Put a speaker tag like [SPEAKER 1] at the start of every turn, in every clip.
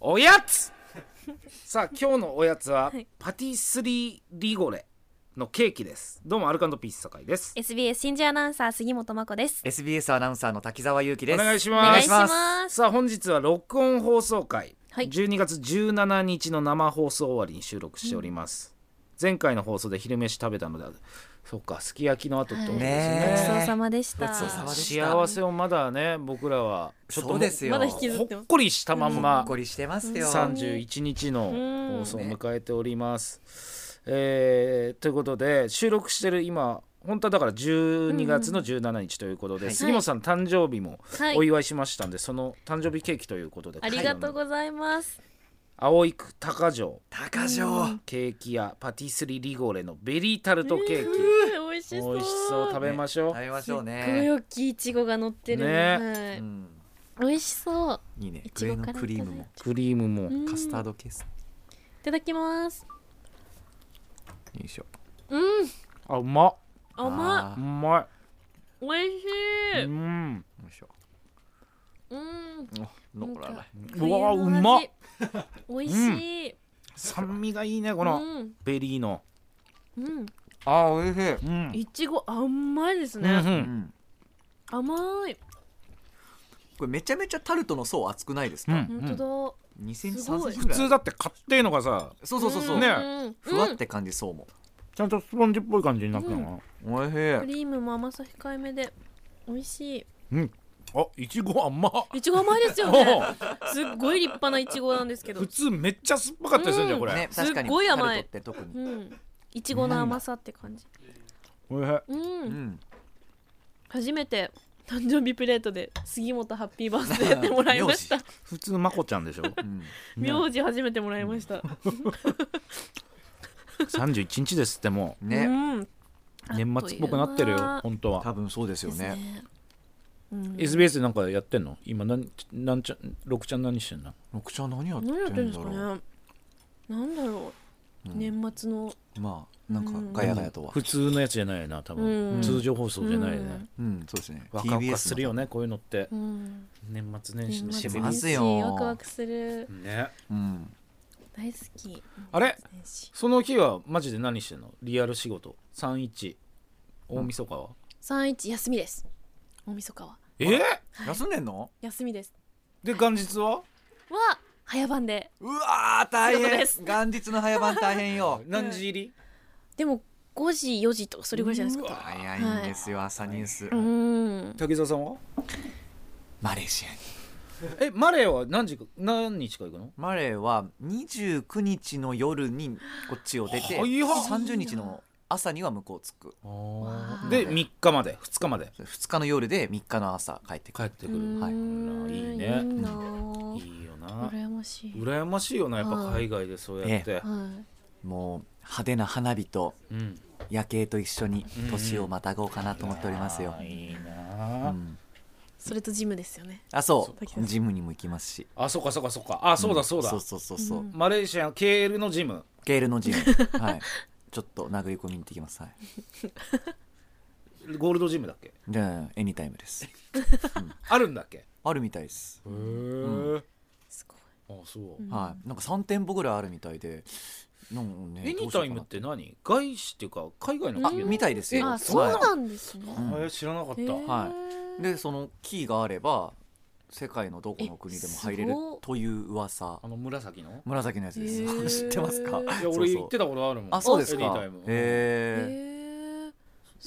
[SPEAKER 1] おや つさあ今日のおやつは、
[SPEAKER 2] はい
[SPEAKER 1] パティスリーリゴレのケーキですどうもアルカンドピース酒井です
[SPEAKER 2] SBS 新人アナウンサー杉本真子です。
[SPEAKER 3] SBS アナウンサーの滝沢裕樹です
[SPEAKER 1] お願いし
[SPEAKER 2] お
[SPEAKER 1] ます
[SPEAKER 2] 願いします。
[SPEAKER 1] さあ本日は録音放送回、
[SPEAKER 2] はい
[SPEAKER 1] 12月17日の生放送終わりに収録しております、前回の放送で昼飯食べたのでそうかすき焼きの後ってことです
[SPEAKER 3] はい
[SPEAKER 1] ね
[SPEAKER 2] ご
[SPEAKER 3] ね
[SPEAKER 2] ちそうさまでした。
[SPEAKER 3] ごちそうさまでした
[SPEAKER 1] 幸せをまだね僕らはちょっと
[SPEAKER 3] そうですよ
[SPEAKER 2] まだ引きず
[SPEAKER 1] ほ
[SPEAKER 2] ってま
[SPEAKER 1] っ
[SPEAKER 2] す。
[SPEAKER 1] こりしたまん
[SPEAKER 3] ほ
[SPEAKER 1] ま
[SPEAKER 3] っこりしてますよ
[SPEAKER 1] 31日の放送を迎えております。えーということで収録してる今本当はだから12月の17日ということで、
[SPEAKER 3] はい
[SPEAKER 1] 杉本さん誕生日も
[SPEAKER 2] はい
[SPEAKER 1] お祝いしましたんで、その誕生日ケーキということで
[SPEAKER 2] ありがとうございます。
[SPEAKER 1] 青い区高城
[SPEAKER 3] 高城
[SPEAKER 1] ケーキ屋パティスリリゴーレのベリータルトケーキ
[SPEAKER 2] うん美味しそう。
[SPEAKER 1] 美味しそう食べましょう、
[SPEAKER 3] 食べましょう
[SPEAKER 2] すっごい
[SPEAKER 3] ね
[SPEAKER 2] 大きいいちごが乗ってる。
[SPEAKER 1] ね
[SPEAKER 3] うん
[SPEAKER 2] はい。美味しそう。
[SPEAKER 3] いいね
[SPEAKER 2] いち
[SPEAKER 3] 上
[SPEAKER 2] ご
[SPEAKER 3] の
[SPEAKER 2] から
[SPEAKER 3] クリームも
[SPEAKER 1] クリームも、
[SPEAKER 2] うん
[SPEAKER 3] カスタードケースよ
[SPEAKER 2] いただきます。
[SPEAKER 3] いしょ
[SPEAKER 2] うん。
[SPEAKER 1] あうまっ
[SPEAKER 2] 甘
[SPEAKER 3] あ
[SPEAKER 1] う
[SPEAKER 3] ーよ
[SPEAKER 1] ま
[SPEAKER 2] い。美味し
[SPEAKER 1] い
[SPEAKER 2] い。
[SPEAKER 1] うん
[SPEAKER 3] いしょ
[SPEAKER 2] うん。
[SPEAKER 3] お残らない
[SPEAKER 1] うんうわうまっ
[SPEAKER 2] 美味しい。
[SPEAKER 1] 酸味がいいねこ
[SPEAKER 2] う
[SPEAKER 1] の
[SPEAKER 2] ん。
[SPEAKER 1] ベリーの
[SPEAKER 2] うん。
[SPEAKER 3] あー美味しい
[SPEAKER 1] うん
[SPEAKER 2] いちご甘いです
[SPEAKER 1] うんう
[SPEAKER 2] ね。
[SPEAKER 3] うんん
[SPEAKER 2] 甘い。
[SPEAKER 3] これめちゃめちゃタルトの層厚くないですか、
[SPEAKER 1] うん
[SPEAKER 2] 本当
[SPEAKER 3] 2センチ
[SPEAKER 2] すご
[SPEAKER 3] 3
[SPEAKER 2] い
[SPEAKER 3] セン
[SPEAKER 1] 普
[SPEAKER 3] チぐらい
[SPEAKER 1] 通だって買ってえのがさ
[SPEAKER 3] そうそうそうそう、
[SPEAKER 2] だ。
[SPEAKER 1] ね
[SPEAKER 2] うん
[SPEAKER 3] ふわって感じ層も
[SPEAKER 1] ちゃんとスポンジっぽい感じになったな
[SPEAKER 3] おいし
[SPEAKER 2] ク
[SPEAKER 3] い
[SPEAKER 2] リームも甘さ控えめで美味し
[SPEAKER 1] うんあいちご 甘っ
[SPEAKER 2] いいちご甘いですよねすっごい立派ないちごなんですけど
[SPEAKER 1] 普通めっちゃ酸っぱかったりするんじゃんこ
[SPEAKER 3] ね
[SPEAKER 1] れ
[SPEAKER 3] 確かに
[SPEAKER 2] すっごい甘い
[SPEAKER 3] タルトって特に
[SPEAKER 2] うんいちごの甘さって感じ
[SPEAKER 1] おいしい
[SPEAKER 2] うん、
[SPEAKER 3] うん
[SPEAKER 2] 初めて誕生日プレートで杉本ハッピーバースデーってもらいました
[SPEAKER 1] 普通まこちゃん でしょ
[SPEAKER 3] うん
[SPEAKER 2] 名字初めてもらいました、
[SPEAKER 1] 31日ですっても
[SPEAKER 3] ね、
[SPEAKER 2] うん
[SPEAKER 1] う年末っぽくなってる
[SPEAKER 2] あ
[SPEAKER 1] よ
[SPEAKER 2] っという間
[SPEAKER 1] 本当は
[SPEAKER 3] 多分そうですよ
[SPEAKER 2] です
[SPEAKER 3] ね
[SPEAKER 2] ねうん
[SPEAKER 1] SBS でなんかやってんの今なんなんちゃん六ちゃん何してんの
[SPEAKER 3] 六ちゃん何やってん
[SPEAKER 2] 何やってるんです
[SPEAKER 3] だ
[SPEAKER 2] か
[SPEAKER 3] ろ
[SPEAKER 2] ね
[SPEAKER 3] う、
[SPEAKER 2] なんだろう、年末の
[SPEAKER 3] まあなんかガヤガヤとは
[SPEAKER 1] 普通のやつじゃないよな多
[SPEAKER 2] う
[SPEAKER 1] 分
[SPEAKER 2] ん
[SPEAKER 1] 通常放送じゃないよね
[SPEAKER 3] うんそうですね
[SPEAKER 1] 若々するよねこういうのって
[SPEAKER 2] うん
[SPEAKER 1] 年末年始の
[SPEAKER 2] 年
[SPEAKER 1] し
[SPEAKER 2] 末
[SPEAKER 1] び
[SPEAKER 3] ま
[SPEAKER 2] だ
[SPEAKER 1] れ
[SPEAKER 3] す
[SPEAKER 2] し
[SPEAKER 3] よ
[SPEAKER 2] ワクワクする
[SPEAKER 1] ね
[SPEAKER 3] うん
[SPEAKER 2] 大好き
[SPEAKER 1] あれ
[SPEAKER 2] 年始
[SPEAKER 1] その日はマジで何してんのリアル仕事31大晦日は、
[SPEAKER 2] 三一休みです。大晦日は
[SPEAKER 1] えー
[SPEAKER 3] 休んでんの
[SPEAKER 2] 休みです。
[SPEAKER 1] で元日は
[SPEAKER 2] は早番で。
[SPEAKER 3] うわー大
[SPEAKER 2] 仕事
[SPEAKER 3] 変
[SPEAKER 2] です
[SPEAKER 3] 元日の早番大変 よ
[SPEAKER 1] 何時入り、
[SPEAKER 2] でも五時四時とかそれぐらいじゃないですか。
[SPEAKER 3] 早いんですよ朝ニュース
[SPEAKER 2] うーん。
[SPEAKER 1] 竹澤さんは
[SPEAKER 3] マレーシアに
[SPEAKER 1] えマレーは何時か何日か行くの
[SPEAKER 3] マレーは29日の夜にこっちを出て
[SPEAKER 1] 早い
[SPEAKER 3] 30日の朝には向こう着く
[SPEAKER 2] わあ
[SPEAKER 1] で3日まで2日まで
[SPEAKER 3] 2日の夜で3日の朝帰ってく
[SPEAKER 1] 帰
[SPEAKER 3] る
[SPEAKER 1] ってく
[SPEAKER 2] う
[SPEAKER 1] る、
[SPEAKER 3] はい
[SPEAKER 2] ーん
[SPEAKER 1] いいね
[SPEAKER 2] いなあ。
[SPEAKER 1] いいよな
[SPEAKER 2] 羨ましい。
[SPEAKER 1] 羨ましいよなやっぱ
[SPEAKER 2] はい
[SPEAKER 1] 海外でそうやって、
[SPEAKER 2] は
[SPEAKER 3] もう派手な花火と
[SPEAKER 1] うん
[SPEAKER 3] 夜景と一緒に
[SPEAKER 1] うん
[SPEAKER 3] 年をまたごうかなと思っておりますよ
[SPEAKER 1] あ、いい
[SPEAKER 3] うん
[SPEAKER 1] なあ、
[SPEAKER 2] い。それとジムですよね。
[SPEAKER 3] あそ
[SPEAKER 2] そう
[SPEAKER 3] うジムにも行きますし
[SPEAKER 1] あそうかそうかそうかあそうだそうだ、
[SPEAKER 3] そうそうそうそう、
[SPEAKER 2] うん
[SPEAKER 1] マレーシアの KL のジム
[SPEAKER 3] ゲールのジムはいちょっと殴り込みに行ってきますはい
[SPEAKER 1] ゴールドジムだっけ
[SPEAKER 3] でエニタイムです
[SPEAKER 1] あるんだっけへ
[SPEAKER 3] あるみたいです、
[SPEAKER 1] え、
[SPEAKER 2] すごい。
[SPEAKER 1] あそう、
[SPEAKER 2] うん
[SPEAKER 3] はいなんか3店舗ぐらいあるみたいでなんね
[SPEAKER 1] エニタイムって何外資っていうか海外の
[SPEAKER 3] あ
[SPEAKER 1] 企業
[SPEAKER 3] みたいですよ
[SPEAKER 2] あ、
[SPEAKER 3] はい
[SPEAKER 2] そうなんですね。
[SPEAKER 3] うん
[SPEAKER 1] えー知らなかった、
[SPEAKER 2] へー
[SPEAKER 3] はでそのキーがあれば世界のどこの国でも入れる
[SPEAKER 2] えすごっ
[SPEAKER 3] という噂
[SPEAKER 1] あの紫の
[SPEAKER 3] 紫のやつです、
[SPEAKER 2] へー
[SPEAKER 3] 知ってますか
[SPEAKER 1] いや俺行ってたことあるもん
[SPEAKER 3] あそうです
[SPEAKER 1] エニ
[SPEAKER 3] か
[SPEAKER 1] タイム
[SPEAKER 3] へえ
[SPEAKER 2] へえ。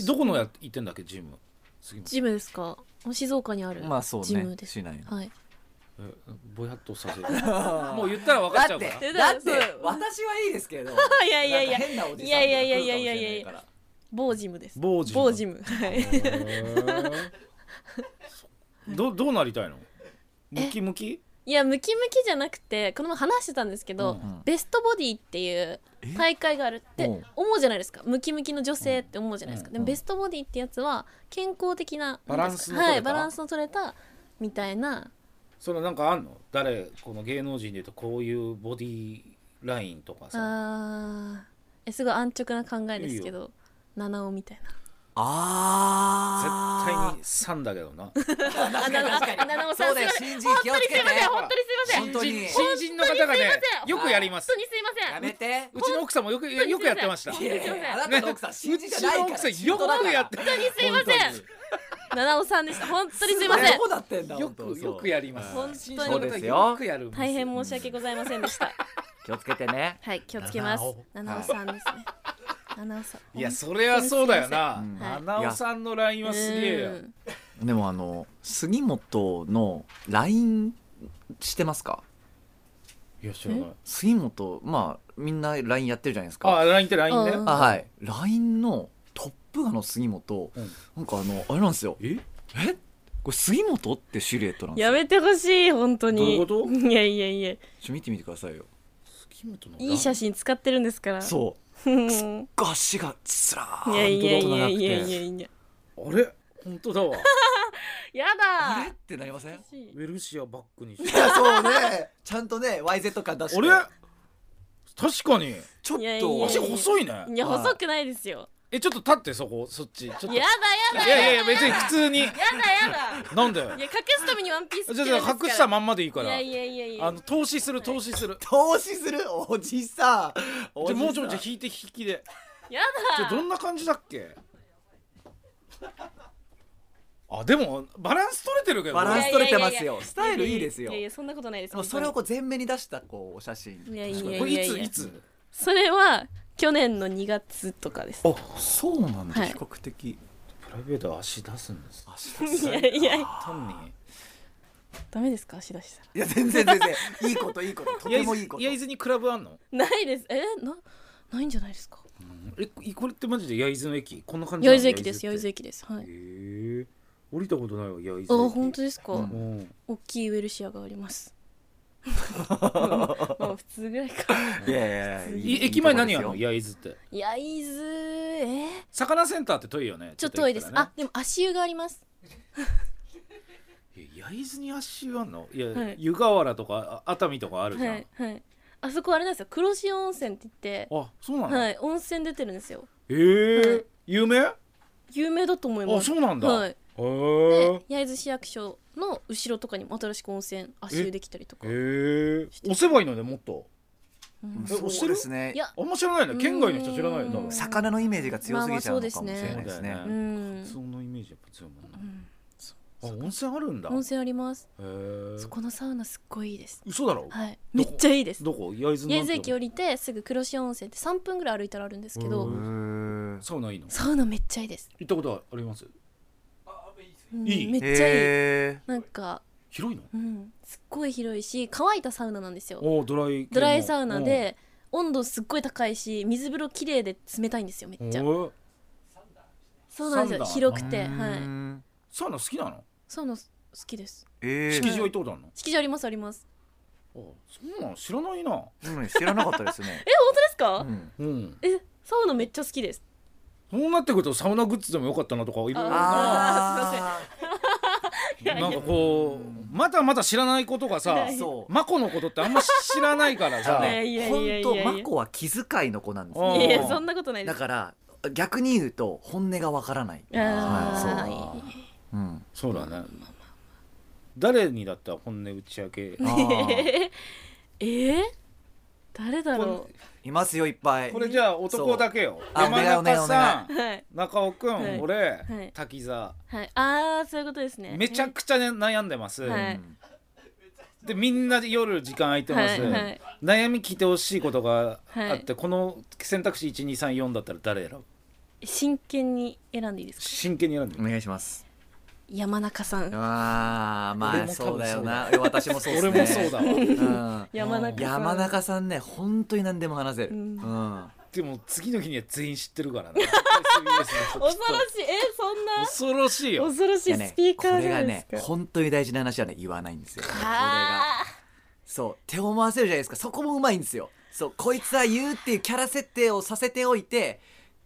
[SPEAKER 1] えどこのや行ってんだっけジム杉本
[SPEAKER 2] ジムですか。静岡にある。
[SPEAKER 3] まあそう
[SPEAKER 2] ジム
[SPEAKER 3] ね
[SPEAKER 2] です。
[SPEAKER 3] 市内の
[SPEAKER 2] はい。
[SPEAKER 1] えぼやっとさせるもう言ったら分かっちゃうから
[SPEAKER 2] てだって
[SPEAKER 3] 私はいいですけど
[SPEAKER 2] いやいやいや
[SPEAKER 3] 変なお
[SPEAKER 2] じさん が来るかもしれないからいやいやいやいやいやいや某ジムです。
[SPEAKER 1] 某ジム
[SPEAKER 2] 某ジム。はい。
[SPEAKER 1] へーどどうなりたいのムキムキ
[SPEAKER 2] いやムキムキじゃなくてこの前話してたんですけど、
[SPEAKER 1] うん
[SPEAKER 3] うん
[SPEAKER 2] ベストボディっていう
[SPEAKER 3] え
[SPEAKER 2] 大会があるって
[SPEAKER 3] うん
[SPEAKER 2] 思うじゃないですかムキムキの女性って思うじゃないですか、
[SPEAKER 1] うん
[SPEAKER 2] でもベストボディってやつは健康的な
[SPEAKER 1] バランスの取れた
[SPEAKER 2] はい、バランスの取れたみたいな
[SPEAKER 1] そのなんかあんの誰この芸能人で言うとこういうボディラインとかさ
[SPEAKER 2] あーえすごい安直な考えですけど七尾みたいな
[SPEAKER 3] あ
[SPEAKER 1] 対
[SPEAKER 3] あ
[SPEAKER 1] に3だけどな
[SPEAKER 2] あななななおさ
[SPEAKER 3] そ
[SPEAKER 2] ん
[SPEAKER 3] うだよ
[SPEAKER 2] すい
[SPEAKER 3] 新人
[SPEAKER 2] ません
[SPEAKER 3] 気を
[SPEAKER 2] 本
[SPEAKER 3] つ
[SPEAKER 2] 当にすいませ
[SPEAKER 3] けて
[SPEAKER 2] ん本当にすいません
[SPEAKER 3] 本当に
[SPEAKER 1] 新人の方がね
[SPEAKER 2] 本当にすいません
[SPEAKER 1] よくやります
[SPEAKER 2] 本当にすいませ
[SPEAKER 3] や
[SPEAKER 2] ん
[SPEAKER 3] めて
[SPEAKER 1] うちの奥さんもよく
[SPEAKER 2] 当に
[SPEAKER 1] よくやってました
[SPEAKER 2] す
[SPEAKER 3] い
[SPEAKER 2] い
[SPEAKER 3] やいやいやあなたの奥さん信じじゃないから
[SPEAKER 1] うちの奥さんよくやって
[SPEAKER 2] 本当にすいません七尾さんでした本当にすいません
[SPEAKER 3] どうなってんだ
[SPEAKER 1] よ
[SPEAKER 3] 本
[SPEAKER 1] く
[SPEAKER 3] 当
[SPEAKER 1] よくやります
[SPEAKER 2] 本当に
[SPEAKER 1] 新人の方よくやるんです
[SPEAKER 2] 大変申し訳ございませんでした
[SPEAKER 3] 気をつけてね
[SPEAKER 2] はい気をつけます七
[SPEAKER 3] 七
[SPEAKER 2] 尾
[SPEAKER 3] 尾
[SPEAKER 2] さんですね七尾さん
[SPEAKER 1] いやそれはそうだよな
[SPEAKER 3] うん
[SPEAKER 2] はい
[SPEAKER 1] 七尾さんの LINE はすげえよ
[SPEAKER 2] うん
[SPEAKER 3] でもあの杉本の LINE してますか
[SPEAKER 1] いや知らない
[SPEAKER 3] 杉本まあみんな LINE やってるじゃないですか
[SPEAKER 1] あ LINE って LINE ね
[SPEAKER 2] うん
[SPEAKER 3] あはい LINE のトップガの杉本、
[SPEAKER 1] うん
[SPEAKER 3] なんかあのあれなんですよ
[SPEAKER 1] え
[SPEAKER 3] えこれ杉本ってシルエットなんです
[SPEAKER 2] や
[SPEAKER 3] よ
[SPEAKER 2] めてほしい本当に
[SPEAKER 1] どういうこと
[SPEAKER 2] いやいやいや
[SPEAKER 3] ちょ見てみてくださいよ
[SPEAKER 1] 月本の
[SPEAKER 2] いい写真使ってるんですから
[SPEAKER 3] そううん足がつらー
[SPEAKER 2] い
[SPEAKER 3] ん
[SPEAKER 2] やいやい
[SPEAKER 3] と
[SPEAKER 2] や
[SPEAKER 3] 長く
[SPEAKER 2] い
[SPEAKER 3] て
[SPEAKER 2] やいやいや
[SPEAKER 1] あれ本当だわ
[SPEAKER 2] や
[SPEAKER 3] あれ
[SPEAKER 2] だ
[SPEAKER 3] ってなりませんい
[SPEAKER 1] ウェルシアバックにして
[SPEAKER 3] やそうね ちゃんとね YZ 感出
[SPEAKER 1] あれ確かに
[SPEAKER 3] ちょっ
[SPEAKER 2] いやいやい
[SPEAKER 3] と
[SPEAKER 2] や
[SPEAKER 1] 足細いね
[SPEAKER 2] いや細くないですよ
[SPEAKER 1] えちょっと立ってそこそっちちょっと
[SPEAKER 2] や
[SPEAKER 1] い
[SPEAKER 2] だ
[SPEAKER 1] や
[SPEAKER 2] やだ
[SPEAKER 1] いやいや別に普通に
[SPEAKER 2] やだやだ
[SPEAKER 1] なんだよ
[SPEAKER 2] いや隠すためにワンピース着
[SPEAKER 1] じゃあ
[SPEAKER 2] てるん
[SPEAKER 1] じ
[SPEAKER 2] で
[SPEAKER 1] ゃ
[SPEAKER 2] すか
[SPEAKER 1] あ
[SPEAKER 2] ら
[SPEAKER 1] 隠したまんまでいいから
[SPEAKER 2] いやいやいやいや
[SPEAKER 1] あの投資する投資する
[SPEAKER 3] 投資するおじさん
[SPEAKER 1] じゃあもうちょ
[SPEAKER 3] ょ
[SPEAKER 1] いじゃあ引いて引きで
[SPEAKER 2] や
[SPEAKER 1] じゃ
[SPEAKER 2] だ
[SPEAKER 1] あどんな感じだっけあでもバランス取れてるけど
[SPEAKER 3] バランス取れてます
[SPEAKER 2] いやいやい
[SPEAKER 3] よスタイルいいですよ
[SPEAKER 2] いやいやそんなことないです
[SPEAKER 3] でもそれをこう前面に出したこうお写真
[SPEAKER 2] いやいや
[SPEAKER 1] これいついつ
[SPEAKER 2] それは去年の2月とかです
[SPEAKER 3] あそうなんだ、
[SPEAKER 2] はい
[SPEAKER 3] 比較的
[SPEAKER 1] プライベートは足出すんです
[SPEAKER 3] 足出
[SPEAKER 2] い
[SPEAKER 3] す
[SPEAKER 2] やいや
[SPEAKER 1] 単に
[SPEAKER 2] ダメですか足出した
[SPEAKER 3] いや全然全然いいこといいこととてもいいこと
[SPEAKER 1] 焼津にクラブあんの
[SPEAKER 2] らないですえなないんじゃないですか
[SPEAKER 1] えこれってマジで焼津の駅こんな感じなの
[SPEAKER 2] 焼津駅です
[SPEAKER 1] 焼
[SPEAKER 2] 焼
[SPEAKER 1] 津
[SPEAKER 2] 津
[SPEAKER 1] っ
[SPEAKER 2] 駅ですは
[SPEAKER 1] てへ
[SPEAKER 2] い
[SPEAKER 1] え降りたことないわ焼津
[SPEAKER 2] あ
[SPEAKER 1] 駅
[SPEAKER 2] 本当ですか、
[SPEAKER 3] うん
[SPEAKER 1] うん
[SPEAKER 2] 大きいウェルシアがありますまあ普通ぐらいか
[SPEAKER 3] いやいやいやいい
[SPEAKER 1] い駅前何やん
[SPEAKER 3] い
[SPEAKER 1] の
[SPEAKER 3] いとこで
[SPEAKER 1] 焼津って
[SPEAKER 2] 焼津えー、
[SPEAKER 1] 魚センターって遠いよね
[SPEAKER 2] ちょっと遠いです、あでも足湯があります
[SPEAKER 1] いや焼津に足湯あんのいや
[SPEAKER 2] はい
[SPEAKER 1] 湯河原とかあ熱海とかあるじゃ
[SPEAKER 2] は
[SPEAKER 1] ん
[SPEAKER 2] いはいあそこあれなんですよ黒潮温泉って言って
[SPEAKER 1] あそうなの
[SPEAKER 2] は
[SPEAKER 1] へ
[SPEAKER 2] い温泉出てるんですよはい
[SPEAKER 1] え有名あ
[SPEAKER 2] 有名だと思います
[SPEAKER 1] そうなんだ
[SPEAKER 2] はい
[SPEAKER 1] へ
[SPEAKER 2] で
[SPEAKER 1] え
[SPEAKER 2] 焼津市役所の後ろとかにも新しく温泉足湯できたりとか、
[SPEAKER 1] へえ押せばいいのねもっと
[SPEAKER 2] うん
[SPEAKER 1] え
[SPEAKER 3] うんそうですね
[SPEAKER 2] いや
[SPEAKER 1] あんま知らないね県外の人知らないよ多
[SPEAKER 2] うん
[SPEAKER 1] 分
[SPEAKER 3] 魚のイメージが強すぎちゃうのかもしれないで
[SPEAKER 1] まあま
[SPEAKER 3] すね,、
[SPEAKER 1] あそうですね
[SPEAKER 2] うん
[SPEAKER 1] そのイメージやっぱ強いもんな
[SPEAKER 2] うんそ
[SPEAKER 1] あ温泉あるんだ
[SPEAKER 2] 温泉あります
[SPEAKER 1] へえ
[SPEAKER 2] そこのサウナすっごいいいです
[SPEAKER 1] 嘘だろ
[SPEAKER 2] はいめ
[SPEAKER 1] どこ
[SPEAKER 2] っちゃいいです
[SPEAKER 1] どこ焼津の
[SPEAKER 2] 八重津駅降
[SPEAKER 1] よ
[SPEAKER 2] りてすぐ黒潮温泉って3分ぐらい歩いたらあるんですけど
[SPEAKER 1] う
[SPEAKER 3] うんん
[SPEAKER 1] サウナいいの
[SPEAKER 2] サウナめっちゃいいです、
[SPEAKER 1] 行ったことあります
[SPEAKER 2] うん
[SPEAKER 1] いい
[SPEAKER 2] めっちゃいい、
[SPEAKER 3] へ
[SPEAKER 2] なんか、
[SPEAKER 1] 広いの
[SPEAKER 2] うん、すっごい広いし乾いたサウナなんですよ
[SPEAKER 1] おードライ系の
[SPEAKER 2] ドライサウナで温度すっごい高いし水風呂綺麗で冷たいんですよめ
[SPEAKER 1] うん
[SPEAKER 2] っちゃ
[SPEAKER 1] おー
[SPEAKER 2] そうなんです
[SPEAKER 1] サ
[SPEAKER 2] よ
[SPEAKER 1] ウナ
[SPEAKER 2] 広
[SPEAKER 3] ー
[SPEAKER 2] くてはい
[SPEAKER 3] うん
[SPEAKER 1] サウナ好きなの
[SPEAKER 2] サウナ好きです
[SPEAKER 3] えー、
[SPEAKER 1] 式場行ったことあるの
[SPEAKER 2] 式場ありますあります
[SPEAKER 1] あそうなの知らないな
[SPEAKER 3] うん知らなかったですね
[SPEAKER 2] え本当ですか、
[SPEAKER 3] うん
[SPEAKER 1] うん
[SPEAKER 2] えサウナめっちゃ好きです
[SPEAKER 1] そうなってくるとサウナグッズでもよかったなとかいろいろな
[SPEAKER 3] あー
[SPEAKER 1] なんかこうまだまだ知らないことがさ
[SPEAKER 3] そう
[SPEAKER 1] マコのことってあんま知らないからさ
[SPEAKER 3] あの
[SPEAKER 2] いやいやいや
[SPEAKER 3] ね
[SPEAKER 2] い
[SPEAKER 3] 本
[SPEAKER 2] や
[SPEAKER 3] 当マコは気遣いの子なんです
[SPEAKER 1] あ
[SPEAKER 2] い
[SPEAKER 1] ー
[SPEAKER 3] ね
[SPEAKER 2] やいやそんなことないで
[SPEAKER 3] だ
[SPEAKER 2] す
[SPEAKER 3] から逆に言うと本音がわからない
[SPEAKER 2] あ
[SPEAKER 3] はい
[SPEAKER 2] ー
[SPEAKER 3] そううん
[SPEAKER 1] そうだね誰にだったら本音打ち明け
[SPEAKER 3] あー
[SPEAKER 2] えー、誰だろ
[SPEAKER 3] いますよいっぱい
[SPEAKER 1] これじゃあ男だけよ
[SPEAKER 3] そうあ
[SPEAKER 1] 山中
[SPEAKER 3] お願いお願い
[SPEAKER 1] さん
[SPEAKER 2] うはい
[SPEAKER 1] 中尾く
[SPEAKER 2] はい
[SPEAKER 1] ん俺
[SPEAKER 2] はい
[SPEAKER 1] 滝沢
[SPEAKER 2] はいああそういうことですね
[SPEAKER 1] めちゃくちゃね悩んでます
[SPEAKER 2] は
[SPEAKER 3] う
[SPEAKER 2] い
[SPEAKER 3] ん
[SPEAKER 1] でみんな夜時間空いてます
[SPEAKER 2] はいはい
[SPEAKER 1] 悩み聞いてほしいことがあって
[SPEAKER 2] は
[SPEAKER 1] この選択肢1234だったら誰選ぶ
[SPEAKER 2] 真剣に選んでいいですか
[SPEAKER 1] 真剣に選んで
[SPEAKER 3] お願いします
[SPEAKER 2] 山中さん
[SPEAKER 3] あーま
[SPEAKER 1] 俺
[SPEAKER 3] あ
[SPEAKER 1] も多分
[SPEAKER 3] そうだよな私もそうです
[SPEAKER 1] 俺
[SPEAKER 3] ね
[SPEAKER 1] もそうだわ
[SPEAKER 3] うん
[SPEAKER 2] 山中さん
[SPEAKER 3] 山中さんね本当に何でも話せる
[SPEAKER 2] う
[SPEAKER 3] うんん
[SPEAKER 1] でも次の日には全員知ってるからな
[SPEAKER 2] 恐ろしいえそんな
[SPEAKER 1] 恐ろしいよ
[SPEAKER 2] 恐ろしい
[SPEAKER 3] いや
[SPEAKER 2] ス
[SPEAKER 3] ね
[SPEAKER 2] ピー
[SPEAKER 3] こ
[SPEAKER 2] カーじ
[SPEAKER 3] れ
[SPEAKER 2] ゃな
[SPEAKER 3] が
[SPEAKER 2] いで
[SPEAKER 3] ね
[SPEAKER 2] すか
[SPEAKER 3] 本当に大事な話はね言わないんですよこれが
[SPEAKER 2] あ
[SPEAKER 3] そう手を回せるじゃないですかそこもうまいんですよそうこいつは言うっていうキャラ設定をさせておいて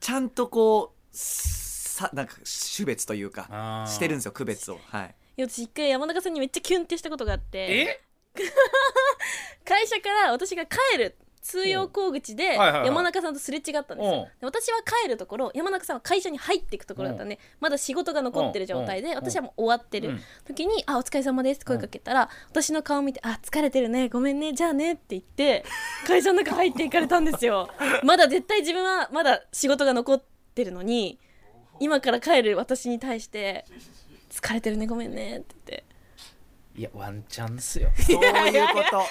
[SPEAKER 3] ちゃんとこうさなんか種別というか
[SPEAKER 1] あー
[SPEAKER 3] してるんですよ区別を はい
[SPEAKER 2] ーいや私一回山中さんにめっちゃキュンってしたことがあって
[SPEAKER 1] え
[SPEAKER 2] 会社から私が帰る通用口口で
[SPEAKER 1] うんはいはいはい
[SPEAKER 2] 山中さんとすれ違った
[SPEAKER 1] う
[SPEAKER 2] んです
[SPEAKER 1] ん
[SPEAKER 2] よで私は帰るところ山中さんは会社に入っていくところだったんでまだ仕事が残ってる状態
[SPEAKER 1] うん
[SPEAKER 2] で
[SPEAKER 1] うん
[SPEAKER 2] 私はもう終わって
[SPEAKER 1] う
[SPEAKER 2] る
[SPEAKER 1] ん
[SPEAKER 2] 時に「あお疲れ様です」って声かけたら私の顔見て「あ疲れてるねごめんねじゃあね」って言って会社の中入っていかれたんです よまだ絶対自分はまだ仕事が残ってるのに今から帰る私に対して「疲れてるねごめんね」って言って
[SPEAKER 1] いやワンチャンっすよ
[SPEAKER 3] そういうこと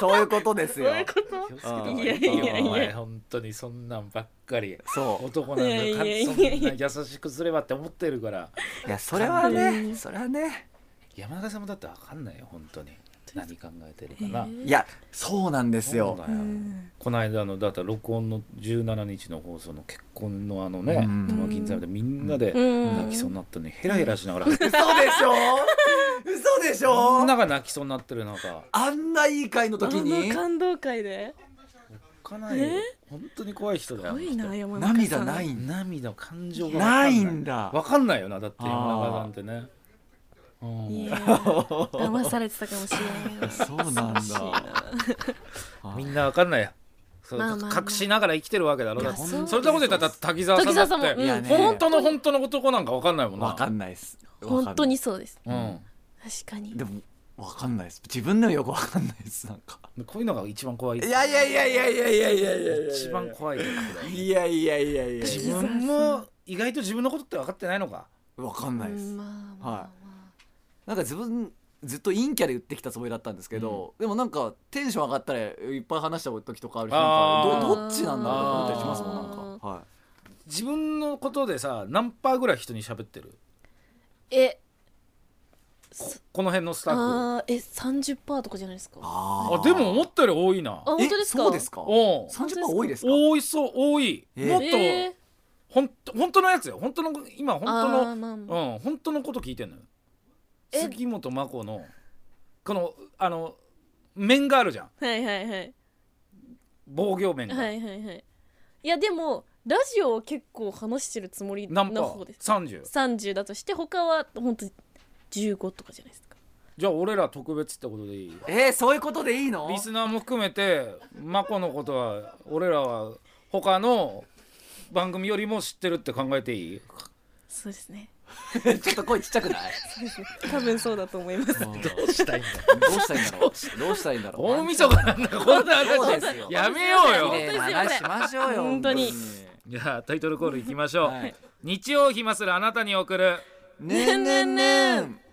[SPEAKER 3] そういうことです よ
[SPEAKER 2] そういうこと
[SPEAKER 1] 気をつけた方が
[SPEAKER 2] いやいやいやいや
[SPEAKER 1] お前本当にそんなんばっかり
[SPEAKER 3] そう
[SPEAKER 1] 男なんだ
[SPEAKER 2] い
[SPEAKER 1] よ
[SPEAKER 2] やいやいや
[SPEAKER 1] そんな優しくすればって思ってるから
[SPEAKER 3] いやそれはねそれはね
[SPEAKER 1] 山中さんもだってわかんないよ本当に何考えてるかな、
[SPEAKER 3] いやそうなんですよ
[SPEAKER 1] そうだよこの間のだったら録音の17日の放送の結婚のあのね
[SPEAKER 3] うん
[SPEAKER 1] 玉銀座でみんなで
[SPEAKER 2] うん
[SPEAKER 1] 泣きそうになったのにヘラヘラしながら、
[SPEAKER 3] 嘘でしょ嘘でし
[SPEAKER 1] みんな
[SPEAKER 3] ょ
[SPEAKER 1] が泣きそうになってる中
[SPEAKER 3] あんないい会の時
[SPEAKER 2] あ
[SPEAKER 3] に
[SPEAKER 2] の感動会で
[SPEAKER 1] かなり
[SPEAKER 2] え
[SPEAKER 1] 本当に怖い人だ
[SPEAKER 2] す
[SPEAKER 1] よ
[SPEAKER 2] ごいな
[SPEAKER 1] あの人
[SPEAKER 2] 山中さん
[SPEAKER 3] 涙ないんだ
[SPEAKER 1] 涙の感情がわか
[SPEAKER 3] ないんだ
[SPEAKER 1] わかんないよなだって
[SPEAKER 3] あー
[SPEAKER 1] 山中さんってねうん
[SPEAKER 2] いやー騙されてたかもしれない
[SPEAKER 3] そうなんだ
[SPEAKER 1] みんなわかんないよそう
[SPEAKER 2] まあまあまあ
[SPEAKER 1] 隠しながら生きてるわけだろだって
[SPEAKER 2] いや
[SPEAKER 1] そ
[SPEAKER 2] そうです
[SPEAKER 1] れこそ言ったら滝沢さんだって、
[SPEAKER 2] 滝沢さん
[SPEAKER 3] もうん
[SPEAKER 1] 本当の本当の男なんかわかんないもんな
[SPEAKER 3] わかんないです
[SPEAKER 2] 本当にそうです
[SPEAKER 1] うん
[SPEAKER 2] 確かに
[SPEAKER 3] でもわかんないです自分でもよくわかんないですなんか
[SPEAKER 1] こういうのが一番 怖い
[SPEAKER 3] いやいやいやいやいやいやいやいやいや
[SPEAKER 1] 一番怖いところだよ
[SPEAKER 3] いやいやいやいや
[SPEAKER 1] 自分も意外と自分のことって分かってないのか
[SPEAKER 3] わかんないで
[SPEAKER 2] う
[SPEAKER 3] す
[SPEAKER 2] んまあまあまあ
[SPEAKER 3] なんか自分ずっと陰キャで売ってきたつもりだったんですけど、でもなんかテンション上がったらいっぱい話した時とかあるし
[SPEAKER 1] あー
[SPEAKER 3] なんかどどっちなんだろうと思ったりしますもんなんか、は
[SPEAKER 1] 自分のことでさ何パーぐらい人に喋ってる
[SPEAKER 2] え
[SPEAKER 1] この辺のスタッフ
[SPEAKER 2] あーえ30%とかじゃないですかあ
[SPEAKER 3] あ
[SPEAKER 1] あでも思ったより多いな
[SPEAKER 2] 本当ですか
[SPEAKER 3] えそうですか
[SPEAKER 1] おう
[SPEAKER 3] 三十パー多いですか
[SPEAKER 1] 多いそう多い、
[SPEAKER 3] えー
[SPEAKER 1] もっと、
[SPEAKER 2] えー
[SPEAKER 1] ほんと本当のやつよ本当の今本当の
[SPEAKER 2] あーまあまあ
[SPEAKER 1] うん、本当のこと聞いてんのよ
[SPEAKER 2] え
[SPEAKER 1] 杉本真子のこのあの面があるじゃん
[SPEAKER 2] はいはいはい
[SPEAKER 1] 防御面が、
[SPEAKER 2] はいはいはいいやでもラジオは結構話してるつもりな
[SPEAKER 1] 何パ
[SPEAKER 2] 方で
[SPEAKER 1] ー
[SPEAKER 2] す
[SPEAKER 1] 30
[SPEAKER 2] 30だとして他は本当15とかじゃないですか
[SPEAKER 1] じゃあ俺ら特別ってことでいい
[SPEAKER 3] えー、そういうことでいいの
[SPEAKER 1] リスナーも含めて真子のことは俺らは他の番組よりも知ってるって考えていい
[SPEAKER 2] そうですね
[SPEAKER 3] ちょっと声ちっちゃくない
[SPEAKER 2] 多分そうだと思います
[SPEAKER 3] ど
[SPEAKER 1] どうしたいんだ
[SPEAKER 3] うしたらいいんだろうどうしたらいいんだろう
[SPEAKER 1] 大晦日なんだこんな
[SPEAKER 3] そう
[SPEAKER 1] 話
[SPEAKER 3] ですよ
[SPEAKER 1] やめよう
[SPEAKER 3] 綺
[SPEAKER 1] よ
[SPEAKER 2] ね
[SPEAKER 3] 麗な話しましょうよ
[SPEAKER 2] 本当に
[SPEAKER 1] じゃあタイトルコールいきましょう、
[SPEAKER 3] はい
[SPEAKER 1] 日曜暇するあなたに送る
[SPEAKER 3] ねんねんねん